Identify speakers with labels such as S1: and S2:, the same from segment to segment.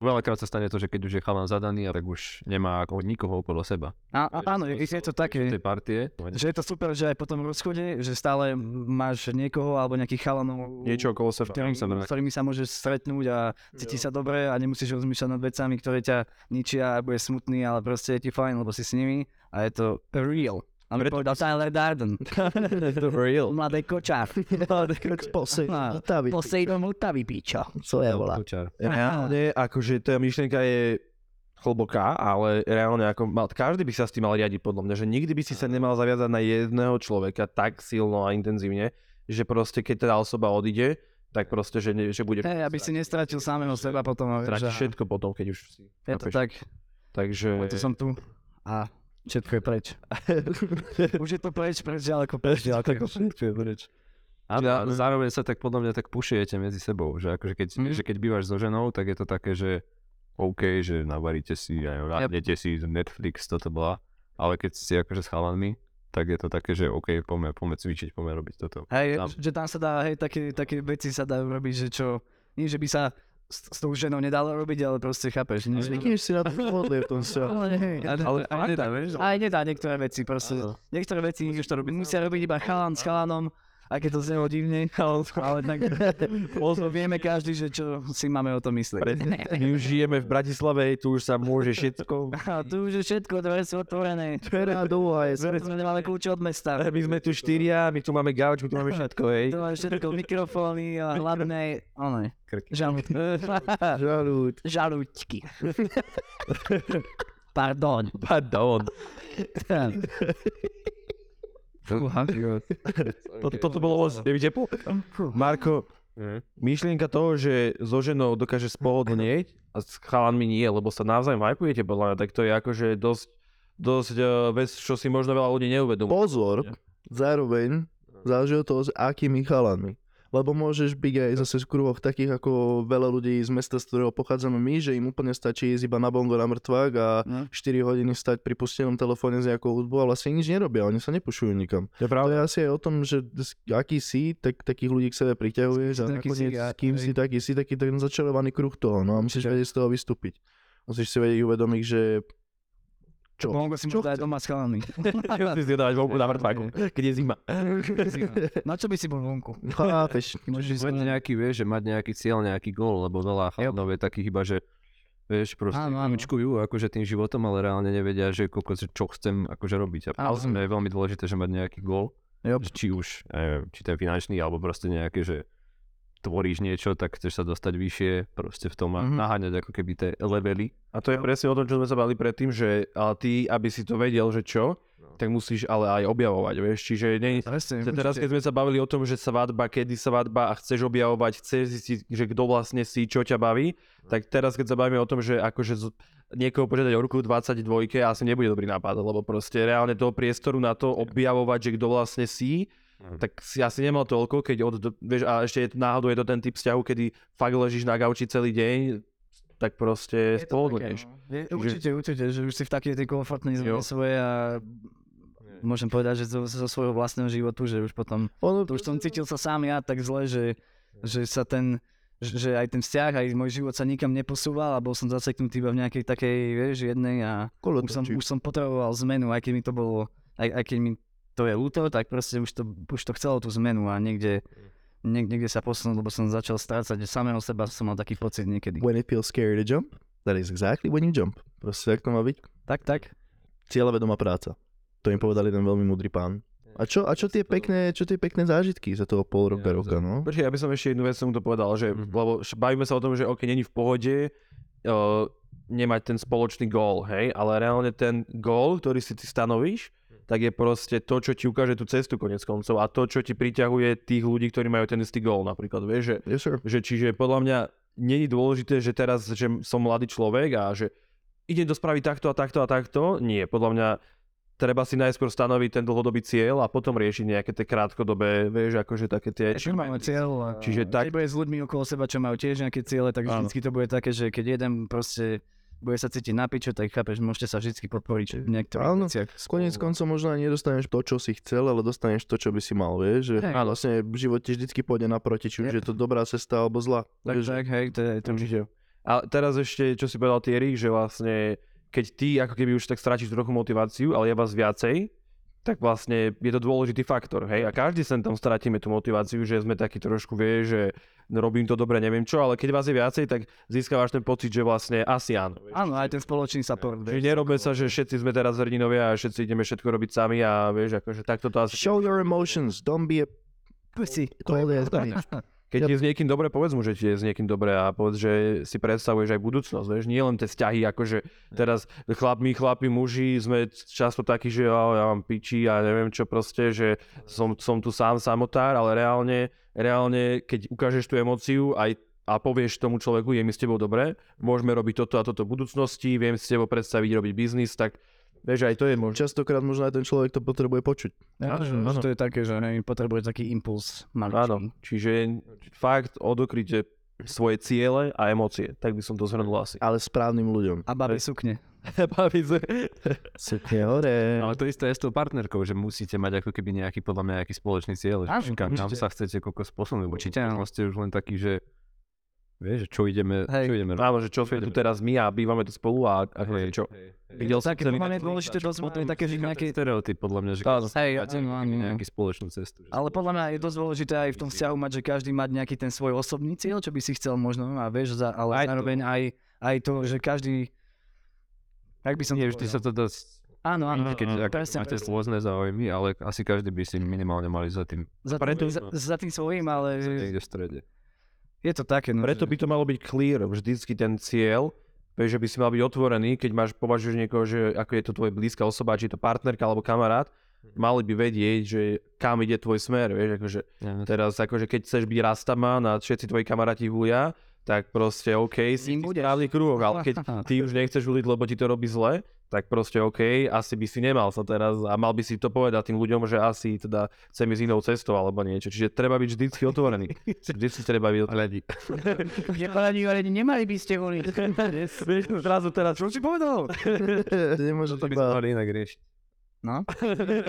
S1: Veľakrát sa stane to, že keď už je chalan zadaný, tak už nemá ako nikoho okolo seba.
S2: A, a, áno, je, je to také,
S1: Tej partie.
S2: že je to super, že aj po tom rozchode, že stále máš niekoho alebo nejakých chalanov,
S1: Niečo okolo seba.
S2: ktorým,
S1: sa
S2: s ktorými sa môžeš stretnúť a cíti sa dobre a nemusíš rozmýšľať nad vecami, ktoré ťa ničia a bude smutný, ale proste je ti fajn, lebo si s nimi a je to real. A mi
S1: Preto
S2: povedal Tyler Darden,
S3: Real.
S2: mladé kočár. No,
S3: Posejdon Otavy.
S2: Posejdon Otavy, pičo.
S3: Co je volá? Reálne, akože tá myšlienka je hlboká, ale reálne ako mal, každý by sa s tým mal riadiť podľa mňa, že nikdy by si sa nemal zaviazať na jedného človeka tak silno a intenzívne, že proste keď tá osoba odíde, tak proste, že, ne, že bude...
S2: Hej, aby si nestratil samého seba potom. vieš,
S3: Trátiš
S2: a-
S3: všetko potom, keď už si...
S2: Je
S3: chápeš?
S2: to tak,
S3: Takže...
S2: preto som tu a všetko je preč. Už je to preč, preč, ďaleko preč, ďaleko preč.
S1: A
S3: no.
S1: zároveň sa tak podľa mňa tak pušujete medzi sebou, že akože keď,
S2: Mhm.
S1: že keď bývaš so ženou, tak je to také, že OK, že navaríte si, aj radnete si Netflix, toto bola, ale keď ste akože s chalanmi, tak je to také, že OK, poďme, poďme cvičiť, poďme robiť toto.
S2: Hej,
S1: Tam.
S2: že tam sa dá, hej, také, také veci sa dajú robiť, že čo, nie, že by sa s, s tou ženou nedalo robiť, ale proste chápeš. Nie,
S3: Zvykneš si na to v tom sa.
S2: ale hej, ale, ale,
S1: fakt,
S2: nedá,
S1: vieš,
S2: aj nedá niektoré veci, proste, niektoré veci to robiť, musia robiť iba chalan s chalanom, aj keď to znie divne, ale, ale tak vieme každý, že čo si máme o tom myslieť.
S3: My už žijeme v Bratislave, tu už sa môže všetko...
S2: A tu už je všetko, dvere sú otvorené.
S3: Dvera dúha je...
S2: Dvere sme nemáme kľúče od mesta.
S3: My sme tu štyria, my tu máme gauč, my tu máme všetko, hej.
S2: Tu máme všetko, mikrofóny a hlavné, one,
S1: Krky.
S2: žalúdky.
S3: Žalúd.
S2: žalúdky. Pardon.
S3: Pardon.
S2: Fúha.
S3: Toto, toto bolo moc tepo. Marko, myšlienka toho, že so ženou dokáže spohodlnieť a s chalanmi nie, lebo sa navzájom vajpujete podľa mňa, tak to je akože dosť, dosť eh, vec, čo si možno veľa ľudí neuvedomuje.
S4: Pozor, zároveň záleží od toho, s akými chalanmi. Lebo môžeš byť aj zase z kruhoch takých ako veľa ľudí z mesta, z ktorého pochádzame my, že im úplne stačí ísť iba na bongo na mŕtvák a
S2: No.
S4: 4 hodiny stať pri pustenom telefóne s nejakou hudbou a vlastne nič nerobia, oni sa nepušujú nikam.
S3: To je
S4: Ale
S3: pravda.
S4: je asi aj o tom, že s- aký si, tak takých ľudí k sebe priťahuješ a
S2: Taký
S4: nakoniec
S2: si, ja-
S4: s kým si taký si, taký ten začarovaný kruh toho, no a musíš vedieť z toho vystúpiť. Musíš si vedieť uvedomiť, že čo?
S2: Bongo si
S4: Čo
S2: môžu dať doma s chalanmi.
S3: Musíš si dávať vonku na mŕtvaku, keď je zima.
S2: Na čo by si bol vonku?
S4: Chápeš,
S2: Ty Môžeš ísť
S1: Mať
S2: von.
S1: nejaký, vieš, že mať nejaký cieľ, nejaký gól, lebo veľa chalanov je takých iba, že vieš, proste
S2: Áno, áno.
S1: kľúčkujú akože tým životom, ale reálne nevedia, že koľko, čo chcem akože robiť. A
S2: Áno.
S1: ale je veľmi dôležité, že mať nejaký gól,
S4: Jop.
S1: že či už, ja neviem, či ten finančný, alebo proste nejaké, že tvoríš niečo, tak chceš sa dostať vyššie, proste v tom a
S4: Mhm.
S1: naháňať ako keby tie levely.
S3: A to je presne o tom, čo sme sa bali predtým, že a ty, aby si to vedel, že čo,
S1: No.
S3: tak musíš ale aj objavovať, vieš, čiže nie,
S2: Presne,
S3: Že teraz, keď sme sa bavili o tom, že svadba, kedy svadba a chceš objavovať, chceš zistiť, že kto vlastne si, čo ťa baví, tak teraz, keď sa bavíme o tom, že akože z- niekoho požiadať o ruku v 22, asi nebude dobrý nápad, lebo proste reálne toho priestoru na to objavovať, že kto vlastne si, tak si asi nemal toľko, keď od, vieš, a ešte je to, náhodou je to ten typ vzťahu, kedy fakt ležíš na gauči celý deň, tak proste
S2: Je to také,
S3: spohodlneš.
S2: no. Je- Určite, určite, že už si v takej tej komfortnej zóne svoje a môžem povedať, že zo, zo svojho vlastného životu, že už potom,
S4: ono
S2: to už som cítil sa sám ja tak zle, že, že sa ten, že že aj ten vzťah, aj môj život sa nikam neposúval a bol som zaseknutý iba v nejakej takej, vieš, jednej a
S4: kolo
S2: už som,
S4: točí.
S2: už som potreboval zmenu, aj keď mi to bolo, aj, aj keď mi to je ľúto, tak proste už to, už to chcelo tú zmenu a niekde, niek, niekde sa posunul, lebo som začal strácať samého seba, som mal taký pocit niekedy.
S4: When it feels scary to jump, that is exactly when you jump. Proste tak to má byť.
S2: Tak, tak.
S4: Cieľavedomá práca. To im povedal jeden veľmi múdry pán. A čo, a čo tie pekné, čo tie pekné zážitky za toho pol roka,
S1: Ja,
S4: roka, no?
S3: Počkaj, ja by som ešte jednu vec som to povedal, že,
S1: Mhm.
S3: lebo š- bavíme sa o tom, že ok, není v pohode uh, nemať ten spoločný gól, hej, ale reálne ten gól, ktorý si ty stanovíš,
S2: Mhm.
S3: tak je proste to, čo ti ukáže tú cestu konec koncov a to, čo ti priťahuje tých ľudí, ktorí majú ten istý gól napríklad, vieš, že
S4: Yes, sir.
S3: že čiže podľa mňa není dôležité, že teraz, že som mladý človek a že idem to spraviť takto a takto a takto. Nie, podľa mňa treba si najskôr stanoviť ten dlhodobý cieľ a potom riešiť nejaké tie krátkodobé, vieš, akože také tie...
S2: Ešte máme cieľ. a-
S3: Čiže
S2: a
S3: tak-
S2: keď bude s ľuďmi okolo seba, čo majú tiež nejaké ciele, tak
S3: Áno.
S2: vždycky to bude také, že keď jeden proste bude sa cítiť na piču, tak chápeš, môžete sa vždycky podporiť v
S4: Áno.
S2: niektorých veciach.
S4: Konec koncov možno ani nedostaneš to, čo si chcel, ale dostaneš to, čo by si mal, vieš? Že
S2: Hej.
S4: vlastne život ti vždycky pôjde naproti, či už je to dobrá cesta alebo zlá.
S2: Tak,
S4: Vieš,
S2: tak, hej, to je to.
S3: Určite. A teraz ešte, čo si povedal ty, Erik, že vlastne keď ty ako keby už tak stráčiš trochu motiváciu, ale je vás viacej, tak vlastne je to dôležitý faktor, hej? A každý sem tam stratíme tú motiváciu, že sme takí trošku, vie, že robím to dobre, neviem čo, ale keď vás je viacej, tak získavaš ten pocit, že vlastne asi áno. vieš.
S2: Áno, aj ten spoločný support.
S3: Čiže nerobme sa, že všetci sme teraz hrdinovia a všetci ideme všetko robiť sami a vieš, akože takto to asi...
S4: Show your emotions, don't be a
S2: Pussy.
S4: cold ass bitch.
S3: Keď je s niekým dobre, povedz mu, že ti je s niekým dobre a povedz, že si predstavuješ aj budúcnosť, vieš, nie len tie vzťahy, akože teraz chlap, my chlapi, muži, sme často takí, že "Au, ja mám piči a neviem čo proste, že som, som tu sám samotár, ale reálne, reálne, keď ukážeš tú emóciu aj a povieš tomu človeku, je mi s tebou dobre, môžeme robiť toto a toto v budúcnosti, viem si s tebou predstaviť robiť biznis, tak vieš, aj to je možné.
S4: Častokrát možno aj ten človek to potrebuje počuť.
S2: Áno, že- že to je také, že neviem, potrebuje taký impuls
S3: Áno,
S2: maličký.
S3: čiže fakt odokrite svoje ciele a emócie, tak by som to zhrnul asi.
S4: Ale správnym ľuďom.
S2: A babi sukne.
S3: Baví sa.
S4: Sukne hore.
S1: No, Ale to isté je s tou partnerkou, že musíte mať ako keby nejaký, podľa mňa, nejaký spoločný cieľ.
S2: Áno,
S1: že Kam, kam
S2: určite.
S1: sa chcete koľko posunúť.
S2: Určite,
S1: Určite, áno.
S2: áno.
S1: Ste už len taký, že vieš, že čo ideme,
S2: Hej.
S1: čo ideme
S3: Áno, že čo sme tu teraz my a bývame tu spolu a ako
S1: Hej,
S3: čo.
S1: hej, hej.
S3: Videl som
S2: Také
S3: celý
S2: podľa mňa je
S3: Netflix.
S2: dôležité dosť,
S1: Potom
S2: je také, že
S1: vzniká ten
S2: nejaký...
S1: stereotyp, podľa mňa, že
S3: Áno.
S2: Hej,
S1: máte
S2: áno, áno, áno.
S1: nejakú spoločnú cestu. že
S2: Ale podľa mňa je dosť dôležité aj v tom vzťahu mať, že každý mať nejaký ten svoj osobný cieľ, čo by si chcel možno, no a vieš, za, ale
S3: Aj
S2: aj
S3: to.
S2: zároveň aj, aj to, že každý... Tak by som
S1: Nie,
S2: to
S1: vždy sa
S2: povedal.
S1: to dosť...
S2: Áno, áno,
S1: Keď
S2: áno,
S1: ak
S2: presne,
S1: máte
S2: presne.
S1: rôzne záujmy, ale asi každý by si minimálne mali za tým
S2: za,
S3: preto-
S2: za, za tým svojím, ale
S1: niekde v strede.
S2: je to také. No,
S3: Preto by to malo byť clear, vždycky ten cieľ, vieš, že by si mal byť otvorený, keď máš, považuješ niekoho, že ako je to tvoje blízka osoba, či je to partnerka alebo kamarát, mali by vedieť, že kam ide tvoj smer, vieš, akože teraz akože keď chceš byť rastaman a všetci tvoji kamaráti hulia, tak proste OK, si v
S2: ním budeš.
S3: správny kruh, ale keď ty už nechceš huliť, lebo ti to robí zle, tak proste OK, asi by si nemal sa teraz a mal by si to povedať tým ľuďom, že asi teda chcem ísť inou cestou alebo niečo. Čiže treba byť vždycky otvorený. Vždycky treba byť otvorený.
S1: Hľadí.
S2: Nepadaní, ale nemali by ste voliť.
S3: Vieš, zrazu teraz, čo si povedal?
S4: To nemôže
S1: To by sme
S4: iba...
S1: mali inak riešiť.
S2: No,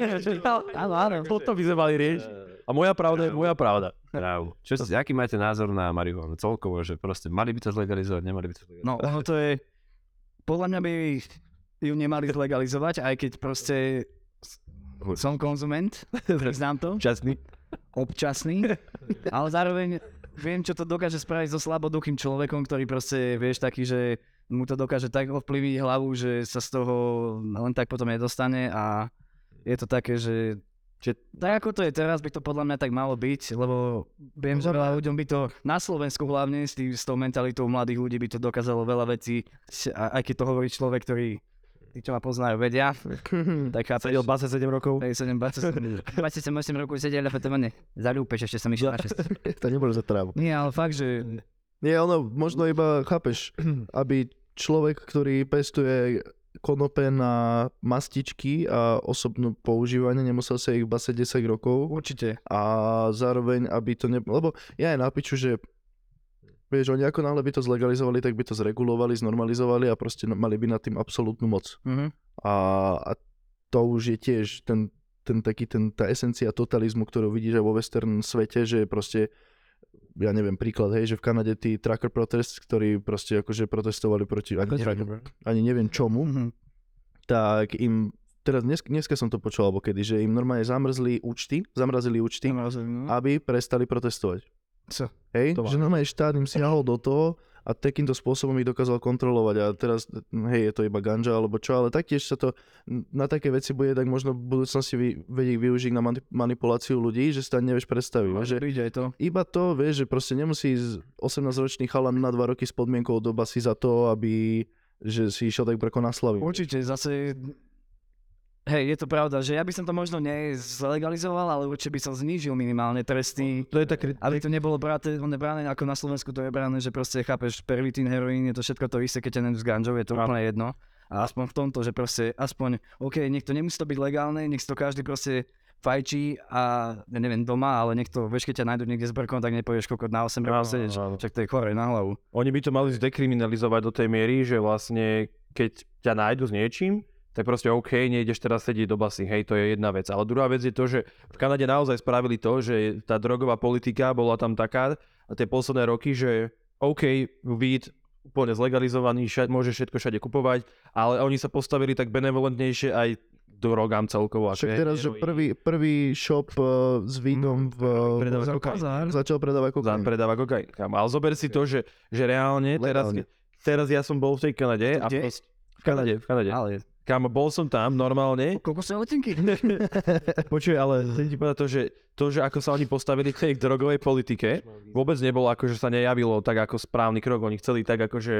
S3: Áno, áno. Toto by sme mali riešiť. A moja pravda je moja pravda.
S1: Právo. Čo, si- aký máte názor na marihuanu celkovo, že proste mali by to zlegalizovať, nemali by to zlegalizovať?
S2: no ono to je... Podľa mňa by ju nemali zlegalizovať, aj keď proste som konzument, priznám to,
S3: Časný.
S2: občasný, ale zároveň viem, čo to dokáže spraviť so slaboduchým človekom, ktorý proste, vieš, taký, že mu to dokáže tak ovplyvniť hlavu, že sa z toho len tak potom nedostane a je to také, že že tak ako to je teraz, by to podľa mňa tak malo byť, lebo viem, že veľa ľuďom by to, na Slovensku hlavne, s, tým, s tou mentalitou mladých ľudí by to dokázalo veľa vecí, a- aj keď to hovorí človek, ktorý, tí, čo ma poznajú, vedia, tak chápeš.
S3: 27 rokov.
S2: Hej, 7, 27, 28 rokov sedel, ale potom ne. Zalúpeš, ešte som išiel na 6.
S4: to nebolo za trávu.
S2: Nie, ale fakt, že...
S4: Nie, ono možno iba, chápeš, aby človek, ktorý pestuje konope na mastičky a osobnú používanie, nemusel sa ich base 10 rokov
S2: Určite.
S4: a zároveň, aby to ne... Lebo ja aj napiču, že vieš, oni ako náhle by to zlegalizovali, tak by to zregulovali, znormalizovali a proste mali by nad tým absolútnu moc.
S2: Mhm.
S4: A, a to už je tiež ten, ten taký, ten, tá esencia totalizmu, ktorú vidíš aj vo western svete, že proste ja neviem, príklad, hej, že v Kanade tí trucker protest, ktorí proste akože protestovali proti, ani, neviem, ani neviem čomu,
S2: Mhm.
S4: tak im, teraz dnes, dneska som to počul, alebo kedy, že im normálne zamrzli účty, zamrazili účty,
S2: Ty ma rozumiem, no.
S4: aby prestali protestovať.
S2: Co?
S4: Hej,
S3: To má-
S4: že normálne štát im siahol do toho a takýmto spôsobom ich dokázal kontrolovať a teraz, hej, je to iba ganža alebo čo, ale taktiež sa to na také veci bude tak možno v budúcnosti vy, vedieť využiť na mani- manipuláciu ľudí, že si to ani nevieš predstaviť. No, že
S2: Príde aj to.
S4: iba to, vieš, že proste nemusí ísť 18-ročný chalan na 2 roky s podmienkou do basy za to, aby že si išiel tak preko na slavy.
S2: Určite, zase... Hej, je to pravda, že ja by som to možno nezlegalizoval, ale určite by som znížil minimálne tresty.
S3: To je tak...
S2: Aby to nebolo braté, ono brané, ako na Slovensku to je brané, že proste chápeš, pervitín, heroín, je to všetko to isté, keď ťa nen s ganžou, je to úplne jedno. A aspoň v tomto, že proste, aspoň, OK, nech to nemusí to byť legálne, nech si to každý proste fajčí a ja neviem doma, ale nech to, vieš, keď ťa nájdu niekde s brkom, tak nepovieš koľko na 8
S3: Áno,
S2: rokov sedíš,
S3: áno.
S2: však to je chore na hlavu.
S3: Oni by to mali zdekriminalizovať do tej miery, že vlastne keď ťa nájdu s niečím, tak proste OK, nejdeš teraz sedieť do basy, hej, to je jedna vec. Ale druhá vec je to, že v Kanade naozaj spravili to, že tá drogová politika bola tam taká, a tie posledné roky, že OK, weed, úplne zlegalizovaný, ša- môže všetko všade kupovať, ale oni sa postavili tak benevolentnejšie aj k drogám celkovo. ako
S4: Však
S3: je
S4: teraz, že
S3: heroín.
S4: prvý, prvý shop uh, s vínom v,
S3: Predáva
S4: za-
S3: kokain.
S4: začal predávať
S3: Za-
S4: kokain.
S3: predáva kokain. Kam. Ale zober si to, že, že reálne teraz,
S4: Legálne.
S3: teraz ja som bol v tej Kanade. A
S2: Kde?
S3: prost- v Kanade, v Kanade.
S2: Ale
S3: Kam bol som tam normálne.
S2: koľko sú letenky?
S3: Počuj, ale chcem ti povedať to, že to, že ako sa oni postavili k tej drogovej politike, vôbec nebolo ako, že sa nejavilo tak ako správny krok. Oni chceli tak ako, že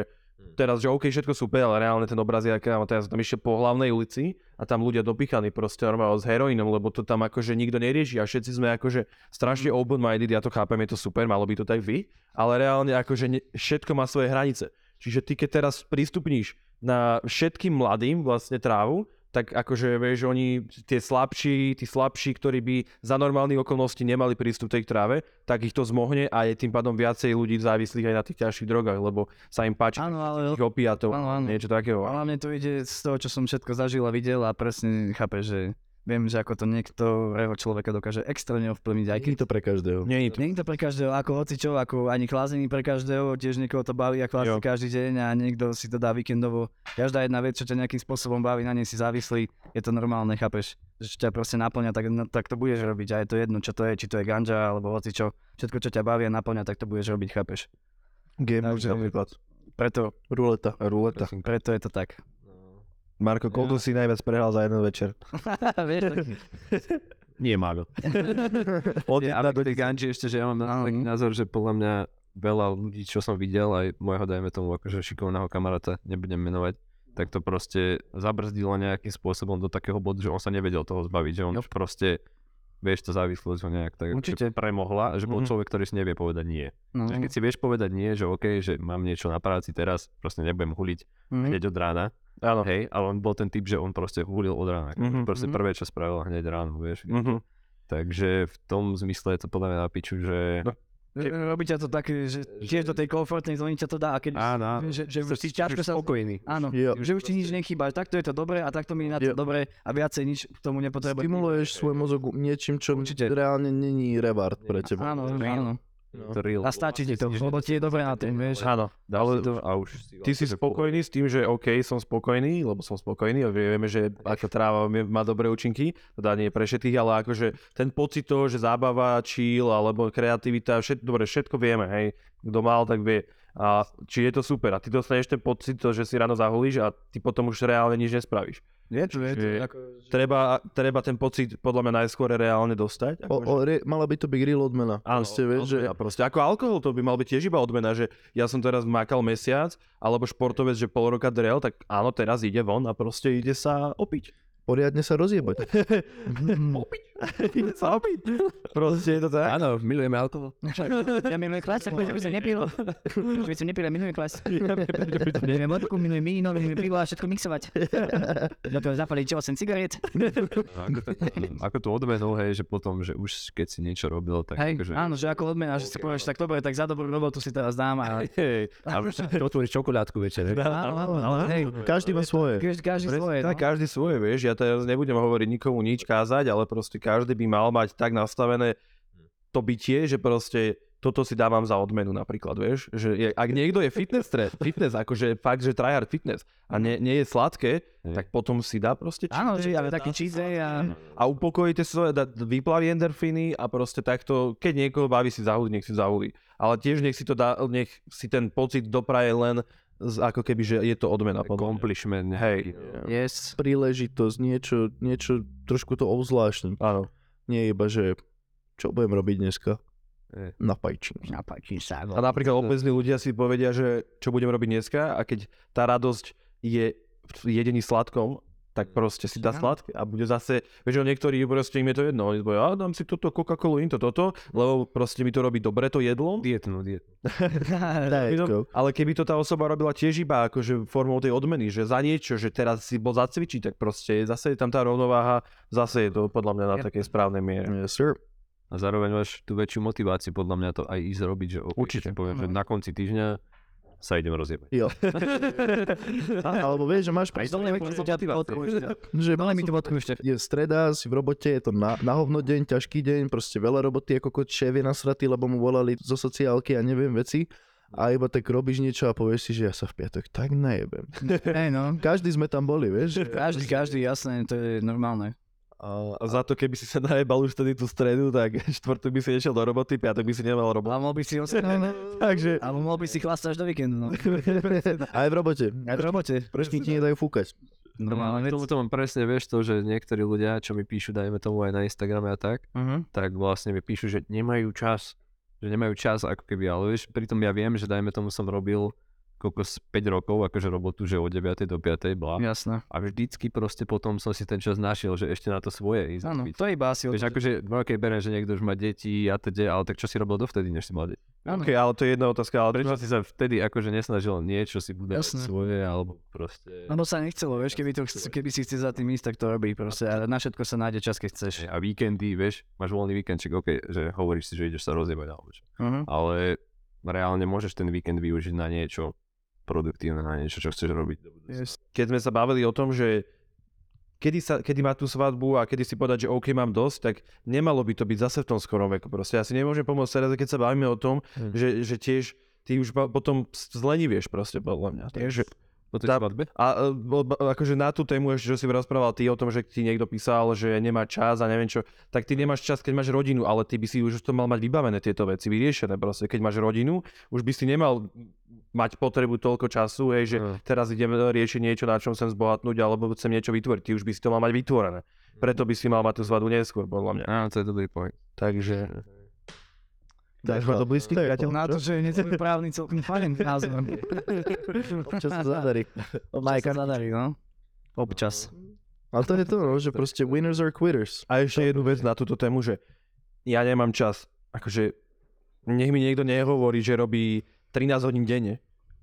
S3: teraz, že OK, všetko super, ale reálne ten obraz je, aká, teraz tam išiel po hlavnej ulici a tam ľudia dopichaní proste normálne s heroínom, lebo to tam akože nikto nerieši a všetci sme akože strašne open-minded, ja to chápem, je to super, malo by to tak vy, ale reálne akože ne, všetko má svoje hranice. Čiže ty, keď teraz prístupníš na všetkým mladým vlastne trávu, tak akože, vieš, oni, tie slabší, tí slabší, ktorí by za normálnych okolností nemali prístup tej tráve, tak ich to zmohne a je tým pádom viacej ľudí závislých aj na tých ťažších drogách, lebo sa im páči
S2: Áno, ale
S3: tých opiatov,
S2: Áno, áno.
S3: niečo takého.
S2: ale mne to ide z toho, čo som všetko zažil a videl a presne chápe, že viem, že ako to niektorého človeka dokáže extrémne ovplyvniť. Aj keď
S4: Aký to pre každého.
S3: Nie je to.
S2: Nie je to pre každého, ako hoci čo, ako ani klázení pre každého, tiež niekoho to baví a klásí
S3: Jo.
S2: každý deň a niekto si to dá víkendovo. Každá jedna vec, čo ťa nejakým spôsobom baví, na nej si závislý, je to normálne, chápeš? Že čo ťa proste naplňa, tak, no, tak to budeš robiť a je to jedno, čo to je, či to je ganža alebo hoci čo. Všetko, čo ťa baví a naplňa, tak to budeš robiť, chápeš?
S4: Game
S2: Takže-
S4: napríklad.
S2: Preto,
S4: Ruleta.
S3: Ruleta.
S2: preto je to tak.
S3: Marko,
S2: koľko
S3: si najviac prehral za jeden večer?
S2: Vieš, tak-
S1: Nie málo.
S3: Od
S1: Ja,
S3: jedna
S1: ale
S3: do
S1: k tej ganži ešte, že ja mám na- taký názor, že podľa mňa veľa ľudí, čo som videl, aj môjho, dajme tomu, akože šikovného kamaráta, nebudem menovať, tak to proste zabrzdilo nejakým spôsobom do takého bodu, že on sa nevedel toho zbaviť, že on
S2: Jo.
S1: už proste, vieš, tá závislosť ho nejak tak
S2: Určite.
S1: akože premohla, že bol
S3: Mhm.
S1: človek, ktorý si nevie povedať nie.
S2: no,
S1: Že Keď si vieš povedať nie, že OK, že mám niečo na práci teraz, proste nebudem huliť
S2: Mhm.
S1: hneď od rána,
S3: Áno.
S1: hej, ale on bol ten typ, že on proste hulil od rána.
S3: Mhm,
S1: Proste
S2: mhm.
S1: prvé, čo spravil hneď ráno, vieš.
S3: Mhm.
S1: Takže v tom zmysle je to podľa mňa na piču, že...
S3: No,
S2: Robí ťa to také, že tiež do tej komfortnej zóny ťa to dá a keď
S1: Áno, áno.
S2: že, že už si ťažko sa...
S1: spokojný.
S2: Áno,
S4: Jo.
S2: že už ti nič nechýba, takto je to dobré a takto mi je na to
S4: Jo.
S2: dobré a viacej nič k tomu nepotrebuje.
S4: Stimuluješ svoj mozog niečím, čo
S2: Určite.
S4: reálne není reward pre teba.
S2: Áno, áno.
S1: Thrill.
S2: A stačí ti to, lebo ti je dobré na tom, vieš.
S3: Áno.
S1: Dalo
S3: Si to-
S1: to a už
S3: Ty si spokojný s tým, že OK, som spokojný, lebo som spokojný a vieme, že aká tráva mi- má dobré účinky, teda nie pre všetkých, ale akože ten pocit toho, že zábava, chill alebo kreativita, všet, dobre, všetko vieme, hej, kto mal, tak vie. A či je to super a ty dostaneš ten pocit, to, že si ráno zahulíš a ty potom už reálne nič nespravíš.
S2: Je to, je to.
S3: Že-
S2: ako-
S3: Treba, treba ten pocit podľa mňa najskôr reálne dostať.
S4: O,
S3: akože-
S4: o, re, mala by to byť real odmena.
S2: No,
S3: Áno,
S4: Proste, vieš, že
S3: odmena proste. Ako alkohol to by mal byť tiež iba odmena, že ja som teraz makal mesiac, alebo športovec, že pol roka drel, tak áno, teraz ide von a proste ide sa opiť.
S4: poriadne sa rozjebať.
S2: Mhm.
S3: Opiť? ide sa opiť. Proste je to tak.
S1: Áno, milujeme alkohol.
S2: Ja minulý klas, tak by som nepil. By som nepil, minulý klas. Minulý vodku, minulý víno, minulý pivo a všetko mixovať. Do toho zapaliť čo, 8 cigariet.
S1: Ako, to, ako to odmenul, hej, že potom, že už keď si niečo robil, tak
S2: Hej,
S1: akože...
S2: áno, že ako odmena, že si povieš, tak dobre, tak za dobrú robotu si teraz dám. A...
S3: Hej,
S1: A otvoríš čokoládku večer,
S2: Áno, áno, áno, hej.
S4: Každý má svoje.
S2: Každý, každý svoje,
S3: Presne,
S2: no.
S3: tak Teda každý svoje, vieš, ja teraz nebudem hovoriť nikomu nič kázať, ale proste každý by mal mať tak nastavené to bytie, že proste toto si dávam za odmenu napríklad, vieš, že je, ak niekto je fitness tre, fitness, akože fakt, že tryhard fitness a nie, nie je sladké,
S1: Hej.
S3: tak potom si dá proste
S2: Áno,
S3: cheat
S2: že
S3: day
S2: ale taký cheat day a...
S3: a upokojíte svoje, da, vyplaví endorfíny a proste takto, keď niekoho baví si zahulí, nech si zahulí. Ale tiež nech si to dá, nech si ten pocit dopraje len z, ako keby, že je to odmena. podľa mňa.
S1: Kompliment.
S3: Hej.
S2: Yes.
S4: Príležitosť, niečo, niečo trošku to obzvláštne.
S3: Áno.
S4: Nie iba, že čo budem robiť dneska?
S1: Je.
S4: Napajčím.
S2: Napáči sa.
S3: A napríklad obezní ľudia si povedia, že čo budem robiť dneska a keď tá radosť je v jedení sladkom, tak proste si dá
S2: Áno.
S3: sladké a bude zase, vieš, že niektorí proste im je to jedno, oni povedia, a dám si toto Coca-Colu, im to toto, lebo proste mi to robí dobre to jedlo.
S1: Dietnú, dietnú.
S3: Keby to-
S4: Dietkou.
S3: ale keby to tá osoba robila tiež iba akože formou tej odmeny, že za niečo, že teraz si bol zacvičiť, tak proste zase je tam tá rovnováha, zase je to podľa mňa na takej správnej miere.
S4: Yes, sir.
S1: A zároveň máš tú väčšiu motiváciu podľa mňa to aj ísť robiť, že okay,
S3: Určite.
S1: si Poviem, že na konci týždňa sa idem rozjebať.
S4: Jo. Alebo vieš, že máš
S2: Aj dole mi to vodku ešte.
S4: že
S2: Dole mi to vodku ešte.
S4: je streda, si v robote, je to na, na hovno deň, ťažký deň, proste veľa roboty, ako kot šéf je nasratý, lebo mu volali zo sociálky a neviem veci. a iba tak robíš niečo a povieš si, že ja sa v piatok tak najebem.
S2: Hej no,
S4: Každý sme tam boli, vieš?
S2: každý, každý, jasné, to je normálne.
S4: A,
S3: A za to, keby si sa najebal už tedy tú stredu, tak štvrtok by si nešiel do roboty, piatok by si nemal robotu.
S2: Ale mohol by si osť,
S3: Takže
S2: alebo mohol by si chlastať až do víkendu, no.
S4: aj v robote.
S2: Aj v robote,
S4: Prečo ti nedajú fúkať?
S2: normálne vec.
S1: Tomu to mám presne, vieš to, že niektorí ľudia, čo mi píšu, dajme tomu aj na Instagrame a tak,
S2: Mhm.
S1: tak vlastne mi píšu, že nemajú čas, že nemajú čas ako keby, ale vieš, pritom ja viem, že dajme tomu som robil koľko z 5 rokov, akože robotu, že od 9. do 5. bola.
S2: Jasné.
S1: A vždycky proste potom som si ten čas našiel, že ešte na to svoje ísť.
S2: Áno,
S1: robiť.
S2: to je iba asi o
S1: Vieš,
S2: tom,
S1: akože, no okej, berem, že niekto už má deti a teda, ale tak čo si robil dovtedy, než si mal deti?
S2: Áno.
S3: Okay, ale to je jedna otázka, ale
S1: Prečo si sa vtedy akože nesnažil niečo si budovať
S2: Jasné.
S1: svoje, alebo proste...
S2: Lebo sa nechcelo, vieš, keby, to, chc- keby si chcel za tým ísť, tak to robí proste. Ale na všetko sa nájde čas, keď chceš.
S1: A víkendy, vieš, máš voľný víkendček, okej, že hovoríš si, že ideš sa rozjebať alebo čo.
S2: Mhm.
S1: Ale reálne môžeš ten víkend využiť na niečo produktívne, na niečo, čo chceš robiť.
S3: keď sme sa bavili o tom, že kedy, sa, kedy má tú svadbu a kedy si povedať, že OK, mám dosť, tak nemalo by to byť zase v tom skorom veku. Proste ja si nemôžem pomôcť teraz, keď sa bavíme o tom,
S1: Hm.
S3: že, že tiež ty už pa- potom zlenivieš proste, podľa mňa. Takže,
S1: Po tej
S3: Tá-
S1: svadbe?
S3: a e, bo- bo- akože na tú tému ešte, čo si rozprával ty o tom, že ti niekto písal, že nemá čas a neviem čo, tak ty nemáš čas, keď máš rodinu, ale ty by si už to mal mať vybavené tieto veci, vyriešené proste. Keď máš rodinu, už by si nemal mať potrebu toľko času, hej, že
S1: Mm.
S3: teraz idem riešiť niečo, na čom chcem zbohatnúť, alebo chcem niečo vytvoriť. Ty už by si to mal mať vytvorené. Preto by si mal mať tú svadbu neskôr, podľa mňa.
S1: Áno, to je dobrý point.
S3: Takže...
S4: Dáš ma do blízkych priateľov?
S2: Na to, že je netvoj právny celkom fajn názor.
S4: Občas sa zadarí.
S2: Občas sa No, zadarí, no. Občas.
S4: Ale to je to, no, že proste winners are quitters.
S3: A ešte jednu vec na túto tému, že ja nemám čas. Akože nech mi niekto nehovorí, že robí 13 hodín denne.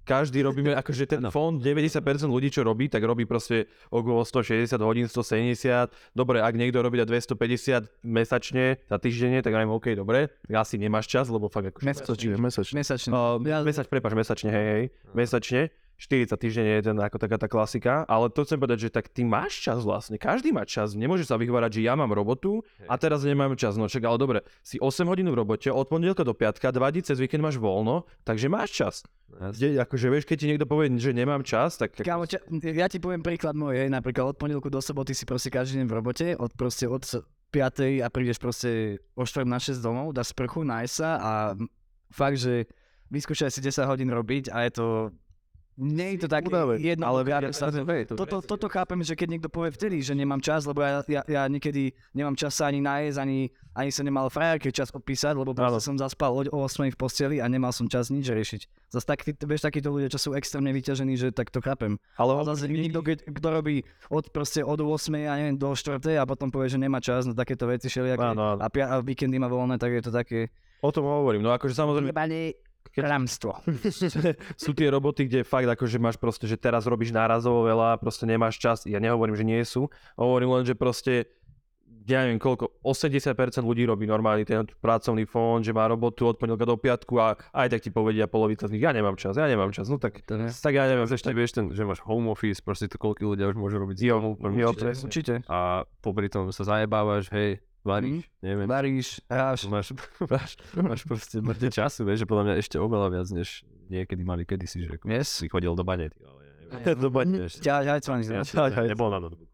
S3: Každý robíme, akože ten fond, 90% ľudí, čo robí, tak robí proste okolo 160 hodín, 170. Dobre, ak niekto robí na 250 mesačne za týždenne, tak aj OK, dobre. Tak Asi nemáš čas, lebo fakt akože...
S2: Mesačne.
S4: Čiže mesačne.
S2: Mesačne.
S3: Uh,
S2: Ja-
S3: mesač, prepáč, mesačne, hej, hej, mesačne, 40 týždeň je ten, ako taká tá klasika, ale to chcem povedať, že tak ty máš čas vlastne, každý má čas, nemôže sa vyhovárať, že ja mám robotu a teraz nemám čas, no však, ale dobre, si 8 hodín v robote, od pondelka do piatka, 2 dní cez víkend máš voľno, takže máš čas. Kde, akože vieš, keď ti niekto povie, že nemám čas, tak...
S2: Kámo, ča, ja ti poviem príklad môj, hej, napríklad od pondelku do soboty si proste každý deň v robote, od proste od 5. a prídeš proste o 4 na 6 domov, dáš sprchu, náj sa a fakt, že vyskúšaj si 10 hodín robiť a je to... Nie je to tak
S4: Údavé.
S2: jedno, ale ja, sa,
S1: to,
S2: toto, toto chápem, že keď niekto povie vtedy, že nemám čas, lebo ja, ja, ja niekedy nemám čas sa ani nájsť, ani, ani som nemal frajerke čas opísať, lebo proste som zaspal o, o 8 v posteli a nemal som čas nič riešiť. Zas tak, vieš, takíto ľudia, čo sú extrémne vyťažení, že tak to chápem.
S3: ale
S2: Ale zase niekto, keď, kto robí od, proste od 8, ja neviem, do 4 a potom povie, že nemá čas na takéto veci všelijaké
S3: Áno, áno.
S2: a, pia- a víkendy má voľné, tak je to také
S3: o tom hovorím, no akože samozrejme...
S2: jebanie klamstvo.
S3: sú tie roboty, kde fakt akože máš proste, že teraz robíš nárazovo veľa, proste nemáš čas. Ja nehovorím, že nie sú. Hovorím len, že proste ja neviem koľko, 80% ľudí robí normálny ten pracovný fond, že má robotu od pondelka do piatku a aj tak ti povedia polovica z nich, ja nemám čas, ja nemám čas, no tak,
S1: To ne.
S3: tak ja neviem, vieš,
S1: Ešte
S3: tak,
S1: vieš, ten, že máš home office, proste to koľko ľudia už môžu robiť z
S3: Jo,
S1: domu, úplne
S3: jo,
S1: určite.
S3: presne.
S2: Určite.
S1: A popri tom sa zajebávaš, hej, varíš, neviem,
S2: Varíš, hráš.
S1: máš, máš, máš proste mŕte času, vieš, že podľa mňa ešte oveľa viac, než niekedy mali kedysi, že ako
S2: Yes.
S1: si chodil do bane, ty, ale ja neviem.
S3: do bane.
S1: Vieš,
S2: Ťa, ťa, ťa, ťa,
S1: ja
S2: ťa,
S1: som nebol na notebooku.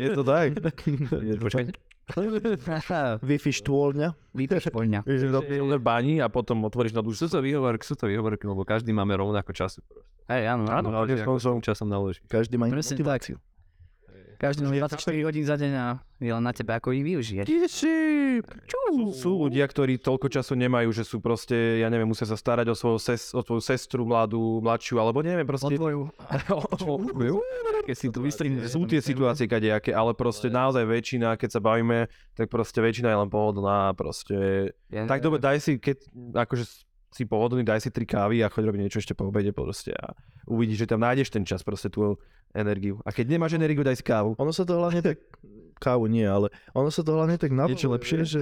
S3: Je to tak.
S1: Počkaj,
S2: no.
S4: Wi-Fi štôlňa.
S2: Vypíš po mňa.
S3: Že robíš v bani a potom otvoríš na dušu.
S1: sú to výhovorky, sú to výhovorky, lebo každý máme rovnako času.
S2: Hej, áno, áno.
S1: Áno, ale ako som časom naloží.
S4: Každý má inú
S2: Presne tak.
S4: motiváciu.
S2: Každý má 24 hodín za deň a je len na tebe, ako ich využije.
S3: Sú- Sú ľudia, ktorí toľko času nemajú, že sú proste, ja neviem, musia sa starať o svoju, ses, o svoju sestru mladú, mladšiu, alebo neviem,
S2: O
S3: proste...
S2: tvoju.
S1: Keď si tu vystrihneš.
S3: Sú tie situácie kadejaké, ale proste naozaj väčšina, keď sa bavíme, tak proste väčšina je len pohodlná, proste...
S2: Ja-
S3: Tak dobre, daj si, keď akože si pohodlný, daj si tri kávy a choď robiť niečo ešte po obede proste a uvidíš, že tam nájdeš ten čas, proste tú energiu. A keď nemáš energiu, daj si kávu.
S4: Ono sa to hlavne tak... Kávu nie, ale ono sa to hlavne tak napojí.
S3: Niečo lepšie?
S4: Že...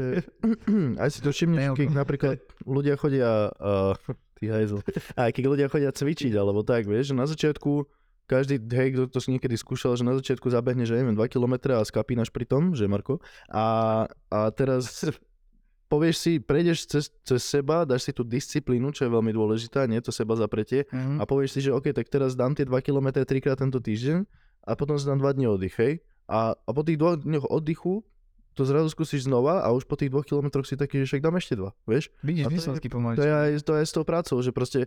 S4: Aj si to všimneš,
S2: Pevko.
S4: keď napríklad ľudia chodia... Uh, ty hajzel. Aj keď ľudia chodia cvičiť, alebo tak, vieš, že na začiatku každý, hej, kto to niekedy skúšal, že na začiatku zabehne, že neviem, 2 km a skapínaš pri tom, že Marko? A, a teraz povieš si, prejdeš cez, cez seba, dáš si tú disciplínu, čo je veľmi dôležitá, nie to seba zapretie,
S2: Mhm.
S4: a povieš si, že OK, tak teraz dám tie 2 km trikrát tento týždeň a potom si dám 2 dní oddych, hej. A, a po tých 2 dňoch oddychu to zrazu skúsiš znova a už po tých 2 kilometroch si taký, že však dám ešte 2, vieš?
S2: Vidíš
S4: A to je-
S2: výsledky
S4: To je
S2: pomaličky.
S4: aj, to je aj s tou prácou, že proste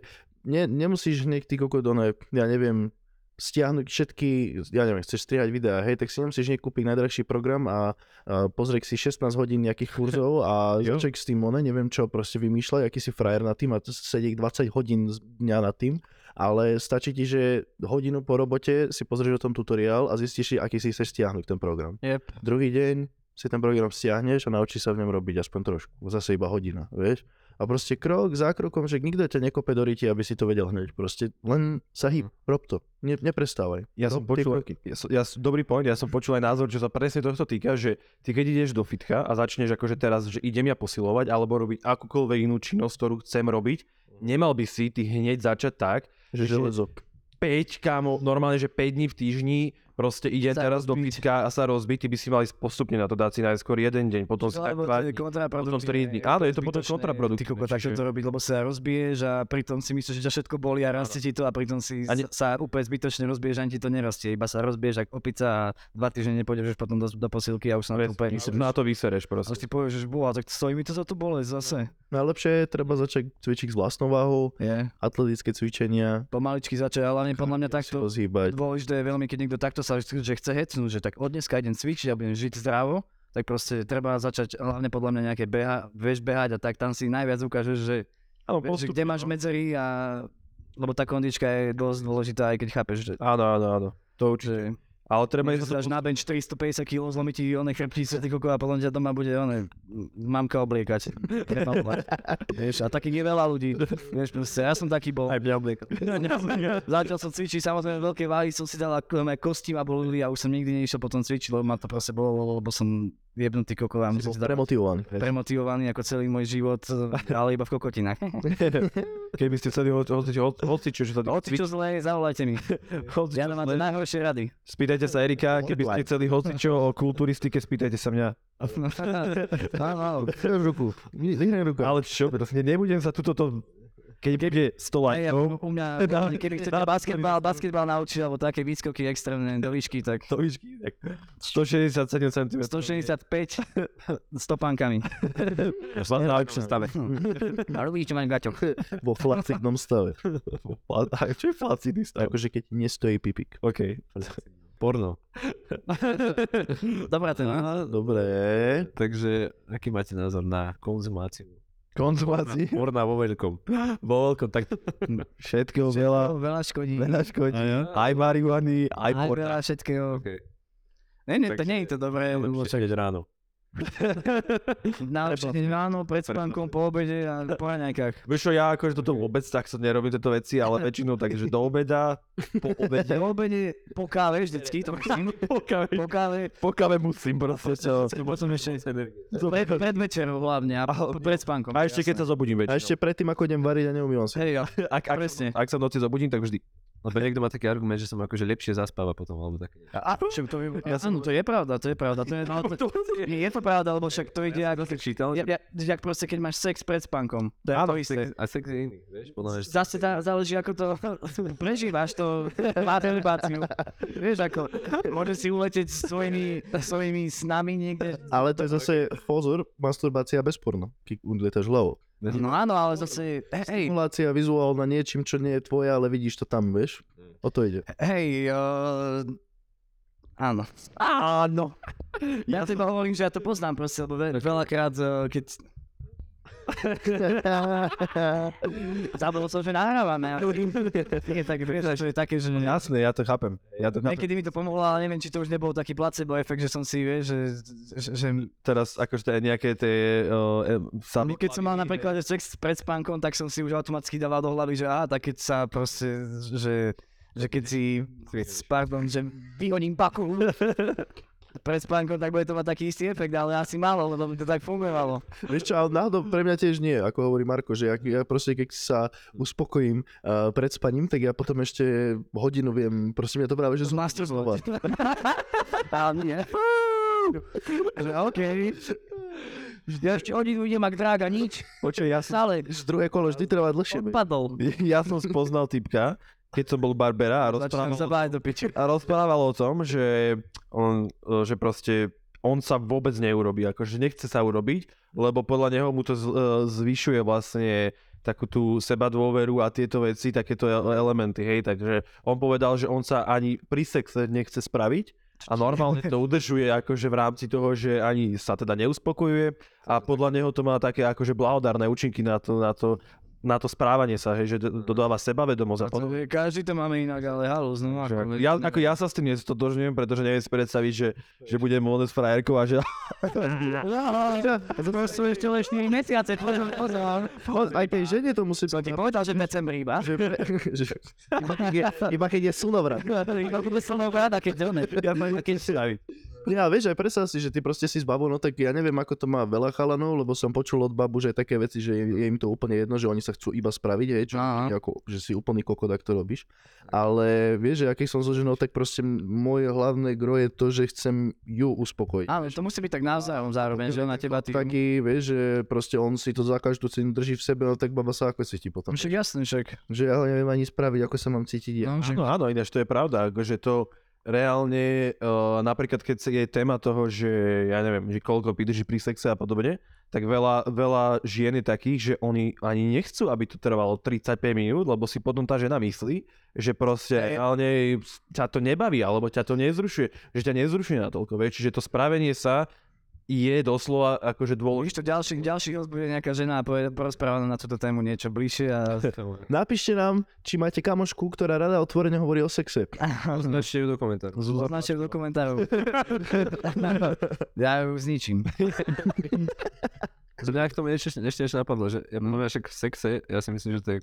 S4: ne, nemusíš hneď ty kokot, one, ja neviem, stiahnuť všetky, ja neviem, chceš strihať videá, hej, tak si nemusíš hneď kúpiť najdrahší program a, a pozrieť si 16 hodín nejakých kurzov a
S3: Jo.
S4: ček s tým, one, neviem čo, proste vymýšľaj, aký si frajer nad tým a sedieť 20 hodín z dňa nad tým, ale stačí ti, že hodinu po robote si pozrieš o tom tutoriál a zistíš, si, aký si chceš stiahnuť ten program.
S2: Yep.
S4: Druhý deň si ten program stiahneš a naučíš sa v ňom robiť aspoň trošku. Zase iba hodina, vieš? A proste krok za krokom, že nikto ťa nekope do ryti, aby si to vedel hneď. Proste len sa
S3: Mhm.
S4: hýb, rob to. Ne, neprestávaj.
S3: Ja
S4: Rob
S3: som
S4: tie
S3: počul,
S4: kroky.
S3: ja, som- ja, som- dobrý point, ja som počul aj názor, čo sa presne tohto týka, že ty keď ideš do fitka a začneš akože teraz, že idem ja posilovať alebo robiť akúkoľvek inú činnosť, ktorú chcem robiť, nemal by si ty hneď začať tak,
S4: Že
S3: Ešte-
S4: železo.
S3: 5, kámo, normálne, že 5 dní v týždni, proste ide
S2: Sa
S3: teraz do
S2: rozbiť.
S3: fitka a sa rozbiť, ty by si mal ísť postupne na to, dať si najskôr jeden deň, potom si tak
S2: Alebo
S3: dva
S2: to
S3: dní.
S2: je kontraproduktívne,
S3: potom 3 dní.
S2: je
S3: Áno, je to
S2: zbytočné,
S3: potom kontraproduktívne,
S2: Ty koko, tak
S3: čiže-
S2: to robiť, lebo sa rozbiješ a pritom si myslíš, že ťa všetko boli a rastie ti to a pritom si
S3: A ne-
S2: sa úplne zbytočne rozbiješ, ani ti to nerastie. Iba sa rozbiješ ako opica a dva týždne nepôjdeš už potom do, do posilky a už sa na to úplne
S3: Ty si na to vysereš
S2: Ale
S3: proste.
S2: si povieš, že bola, tak stojí mi to za tú bolesť zase.
S4: Najlepšie je treba začať cvičiť s vlastnou váhou,
S2: Je.
S4: atletické cvičenia,
S2: Pomaličky začať, ale hlavne podľa mňa
S4: si
S2: takto
S4: rozhýbať.
S2: dôležité je veľmi, keď niekto takto sa že chce hecnúť, že tak od dneska idem cvičiť a budem žiť zdravo, tak proste treba začať hlavne podľa mňa nejaké beha, vieš behať a tak tam si najviac ukážeš, že
S3: Áno,
S2: Vieš, že
S3: postupne,
S2: kde máš
S3: no.
S2: medzery a... Lebo tá kondička je dosť dôležitá, aj keď chápeš, že...
S3: Áno, áno, áno. To určite.
S2: že
S3: Ale treba
S2: keď
S3: ísť
S2: sa dáš na bench 450 kg, zlomí ti one chrbtice, ty koko, a potom ťa doma bude one, mamka obliekať. Premalovať. vieš, a takých je veľa ľudí. Vieš, proste, ja som taký bol.
S3: mňa obliekať.
S2: Zatiaľ som cvičil, samozrejme veľké váhy som si dal a k- aj kosti ma bolili a už som nikdy neišiel potom cvičiť, lebo ma to proste bolo, lebo som jebnutý koko a
S4: Si
S2: musel
S4: bol
S2: si dať
S4: premotivovaný.
S2: premotivovaný ako celý môj život, ale iba v kokotinách.
S3: Keby ste chceli hoci, hoci, hoci, čo, že sa
S2: Hoci čo zlé, zavolajte mi.
S3: hoci,
S2: Ja mám tie najhoršie rady.
S3: Spýtajte sa Erika, keby ste chceli hoci čo o kulturistike, spýtajte sa mňa.
S2: Áno, áno.
S4: Ruku. Vyhrajem ruku.
S3: Ale čo, proste nebudem sa tuto to... Keď bude 100
S2: Hej, ja,
S3: lajkov,
S2: u mňa, keby chcete basketbal, basketbal naučiť, alebo také výskoky extrémne do výšky, tak
S3: to už 167 cm.
S2: 165 s topánkami.
S3: V najlepšom stave.
S2: A robíš, čo máš gaťok.
S4: Vo flacidnom stave.
S3: Čo je flacidný stav?
S4: Akože keď ti nestojí pipík.
S3: OK.
S1: Porno.
S2: Dobrá ten.
S4: Dobre.
S1: Takže aký máte názor na konzumáciu?
S3: Konzumácii.
S1: Porna vo veľkom.
S3: Vo veľkom, tak všetkého veľa,
S2: Veľa, veľa škodí.
S3: veľa škodí. Aj marihuany, aj
S2: Aj
S3: porna.
S2: veľa všetkého.
S1: Okay.
S2: Ne, ne, to
S1: Takže-
S2: nie je to dobré. lebo
S1: Lepšie keď ráno.
S2: Na všetkým ráno, pred spánkom, po obede a po raňajkách.
S3: Vieš čo, ja akože toto vôbec tak sa nerobím tieto veci, ale väčšinou takže do obeda, po obede.
S2: Po obede, po káve vždycky, to myslím.
S3: Po kave,
S2: Po káve,
S3: po kave musím proste, čo.
S2: potom ešte pred, pred večerou hlavne a po- pred spánkom.
S3: A ešte keď sa zobudím
S4: A
S3: väčšinou.
S4: ešte predtým, ako idem variť a neumývam sa.
S2: Hej, a
S3: Ak, ak,
S2: presne.
S3: ak sa v noci zobudím, tak vždy.
S1: Lebo niekto má taký argument, že som akože lepšie zaspáva potom, alebo také.
S2: A, však to je, ja áno, to je pravda, to je pravda. To je, no, to, nie, je to pravda, lebo však to ide ako...
S1: čítal.
S2: Ja, ja, jak proste, keď máš sex pred spánkom. To je
S1: Áno,
S2: to isté.
S1: sex- a sex je iný, vieš, podľa mňa, že
S2: Zase tá, záleží, ako to prežívaš, to masturbáciu. Vieš, ako môže si uletieť s svojimi, svojimi snami niekde.
S4: Ale to je zase pozor, masturbácia bez porno, keď udletaš hlavou.
S2: No áno, ale zase, hej,
S4: Stimulácia vizuálna niečím, čo nie je tvoje, ale vidíš to tam, vieš? O to ide.
S2: hej, uh, áno.
S3: Áno.
S2: Ja teba hovorím, že ja to poznám proste, lebo ve- veľakrát, eh, keď... Zabudol som, že nahrávame. ale- Nie, tak vieš, to je také, že...
S3: Jasné, ja to chápem. Ja to chápem.
S2: Niekedy mi to pomohlo, ale neviem, či to už nebol taký placebo efekt, že som si, vieš, že... že, že
S3: Teraz akože tie nejaké tie... Uh, sa...
S2: my keď som mal napríklad sex pred spánkom, tak som si už automaticky dával do hlavy, že á, tak keď sa proste, že, že keď si, pardon, že vyhoním paku pred spánkom, tak bude to mať taký istý efekt, ale asi málo, lebo mi to tak fungovalo.
S4: Vieš čo, ale náhodou pre mňa tiež nie, ako hovorí Marko, že ja, ja proste keď sa uspokojím uh, pred spaním, tak ja potom ešte hodinu viem, proste mňa to práve, že
S2: Zmasturbovať. Ale nie. Že OK. Ja ešte hodinu idem, ak drága, nič.
S3: Počuj, ja som,
S2: Stále.
S4: Druhé kolo vždy trvá dlhšie. be.
S2: Odpadol.
S3: ja som spoznal typka, keď som bol Barbera a
S2: Začínam
S3: rozprával,
S2: sa báť do piče.
S3: a rozprával o tom, že, on, e, že proste on sa vôbec neurobí, akože nechce sa urobiť, lebo podľa neho mu to z, e, zvyšuje vlastne takú tú seba dôveru a tieto veci, takéto e- elementy, hej, takže on povedal, že on sa ani pri sexe nechce spraviť a normálne to udržuje akože v rámci toho, že ani sa teda neuspokojuje a podľa neho to má také akože blahodárne účinky na to, na to, na to správanie sa, hej, že d- dodáva sebavedomosť a podobne.
S2: Každý to máme inak, ale halus, no
S3: Že ako,
S2: ako...
S3: ja, ako ja sa s tým nestotožňujem, pretože neviem si predstaviť, že, že budem môcť s frajerkou a že...
S2: To sú ešte len 4 mesiace, pozor, pozor.
S4: Aj tej žene to musí
S2: Som
S4: byť.
S2: ti povedal, že decembri iba.
S4: Že, že, iba, keď je, iba keď je slnovrat.
S2: Iba bude som rada, keď to ne. A keď
S4: Ja vieš, aj predstav si, že ty proste si s babou, no tak ja neviem, ako to má veľa chalanov, lebo som počul od babu, že aj také veci, že je, je im to úplne jedno, že oni sa chcú iba spraviť, hej, čo
S2: Aha.
S4: je ako, že si úplný kokot, ak to robíš. Ale vieš, že aký som so ženou, tak proste m- moje hlavné gro je to, že chcem ju uspokojiť.
S2: Áno, to musí byť tak navzájom zároveň, že ona teba ty...
S4: Taký, vieš, že proste on si to za každú cenu drží v sebe, no tak baba sa ako cíti
S2: No,
S4: potom.
S2: Však jasne, však.
S4: Že ja neviem ani spraviť, ako sa mám cítiť ja.
S2: No, že...
S3: Áno, áno, ináč to je pravda, že to reálne, uh, napríklad keď je téma toho, že ja neviem, že koľko pídeží pri sexe a podobne, tak veľa, veľa žien je takých, že oni ani nechcú, aby to trvalo 35 minút, lebo si potom tá žena myslí, že proste reálne ťa to nebaví, alebo ťa to nezrušuje, že ťa nezrušuje natoľko, vieš, čiže to spravenie sa je doslova akože dôležité.
S2: Vidíš to ďalších, ďalších roz bude nejaká žena a povie, porozpráva nám na túto tému niečo bližšie a...
S4: Napíšte nám, či máte kamošku, ktorá rada otvorene hovorí o sexe.
S1: No, Ešte ju do komentáru.
S2: Označte do komentárov. ja ju zničím.
S1: Mňa k tomu ešte, ešte, ešte napadlo, že ja mm. však v sexe, ja si myslím, že to je,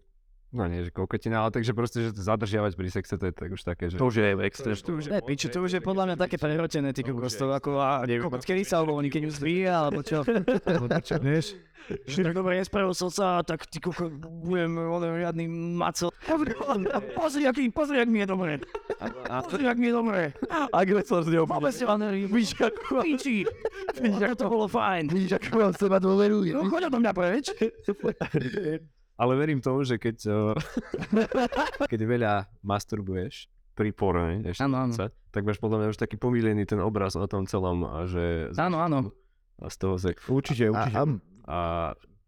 S1: no nie, že kokotina, ale takže proste, že zadržiavať pri sexe, to je tak už také, že...
S3: To už je extrém.
S1: už, to už
S2: Ne, piču, to už je podľa mňa také prerotené, ty kokos, to ako, a neviem, odkedy sa uvoľní, keď ju zvíja, alebo čo? Alebo čo, vieš? Že tak dobre, nespravil som sa, tak ty kokos, budem, onem, riadny maco. Pozri, aký, pozri, ak mi je dobre. Pozri, ak mi je dobre.
S3: Agresor z neho
S2: Máme si vám Víš, ako... Piči. A to bolo fajn.
S4: Vidíš, ako mám seba dôverujem.
S2: No, choď odo mňa preč.
S1: Ale verím tomu, že keď, eh, keď veľa masturbuješ pri porne, ešte
S2: Áno, áno.
S1: sa, tak máš podľa mňa už taký pomílený ten obraz o tom celom, a že z,
S2: Áno, áno.
S1: a z toho sexu.
S3: Určite,
S4: A,
S3: určite.
S4: a
S1: A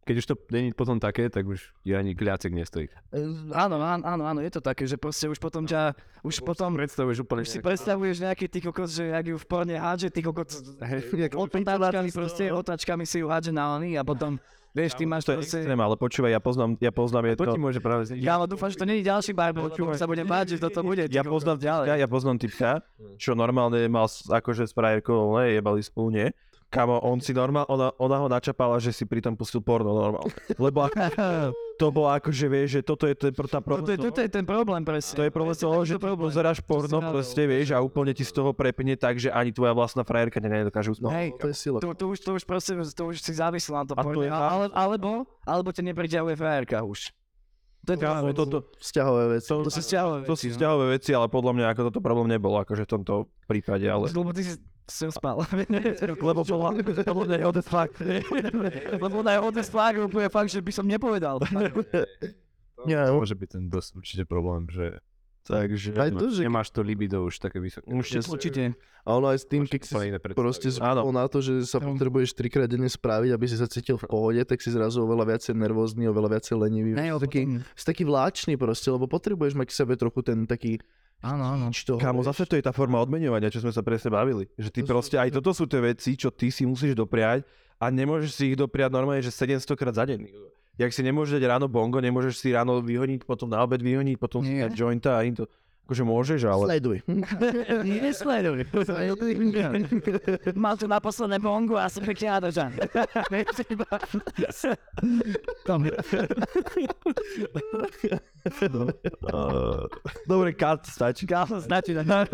S1: keď už to není potom také, tak už ti ani kľacek nestojí.
S2: E, Áno, áno, áno, áno, je to také, že proste už potom ťa, už potom
S1: Predstavuješ úplne
S2: Už si
S1: inak.
S2: predstavuješ nejaký ty kokos, že jak ju v porne hádže, ty kokos otáčkami proste, otáčkami si ju hádže na oný a potom, vieš, ty máš
S3: To je
S2: proste...
S3: extrém, ale počúvaj, ja poznám, ja poznám
S1: To ti
S3: jedno,
S1: môže práve zničiť.
S2: Kámo, dúfam, že to není ďalší barber, lebo sa budem báť, že toto bude. ty
S3: ja
S2: kokos.
S3: poznám ďalej. Ja, ja poznám typka, čo normálne mal s- akože s frajerkou, ne, jebali spolu, nie. Kamo, on si normál, ona, ona ho načapala, že si pritom pustil porno normálne. Lebo ako, to bolo akože, vieš, že toto je ten, tá problém.
S2: Toto je, toto je ten problém presne.
S3: To je problém toho, že ty pozeráš porno
S2: si hľadal.
S3: proste, vieš, a úplne ti z toho prepne tak, že ani tvoja vlastná frajerka ťa nedokáže uspať.
S4: No,
S2: Hej,
S4: to je sila.
S2: To, to, už, to už proste, to už si závislý na to
S3: A to je-
S2: porne. A- Ale, alebo, alebo ťa nepriťahuje frajerka už. To je
S3: Kámo, toto,
S4: Vzťahové veci.
S3: to,
S2: To sú vzťahové
S3: to sú
S2: veci, no.
S3: vzťahové veci, ale podľa mňa ako toto problém nebol, akože v tomto prípade, ale...
S2: Lebo ty si si ju spal.
S3: Lebo podľa, podľa mňa je odec fakt.
S2: Lebo ona je od fakt, úplne fakt, že by som nepovedal.
S4: Ja,
S1: To môže byť ten dosť určite problém, že
S3: Takže...
S4: aj to, že...
S1: nemáš to libido už také vysoké.
S3: Už
S2: Určite.
S4: A ono aj s tým, keď si
S1: úplne iné predstavy.
S4: proste
S3: Áno.
S4: zvykol na to, že sa
S2: Áno.
S4: potrebuješ trikrát denne spraviť, aby si sa cítil v pohode, tak si zrazu oveľa viacej nervózny, oveľa viacej lenivý.
S2: Ne,
S4: si taký,
S2: potom-
S4: si taký vláčný proste, lebo potrebuješ mať k sebe trochu ten taký...
S2: Áno, áno.
S4: Čo toho,
S3: Kámo,
S4: vieš.
S3: zase to je tá forma odmeňovania, čo sme sa presne bavili. Že ty
S4: To sú-
S3: proste, aj toto sú tie veci, čo ty si musíš dopriať a nemôžeš si ich dopriať normálne, že 700 krát za deň. Jak si nemôžeš dať ráno bongo, nemôžeš si ráno vyhoniť, potom na obed vyhoniť, potom si
S2: Nie.
S3: dať jointa a into. Akože môžeš, ale...
S4: Sleduj.
S2: Nesleduj. Mal tu na posledné bongu a som pekne nádržan. Tam je.
S3: Dobre, kat, stačí.
S2: Kámo, stačí na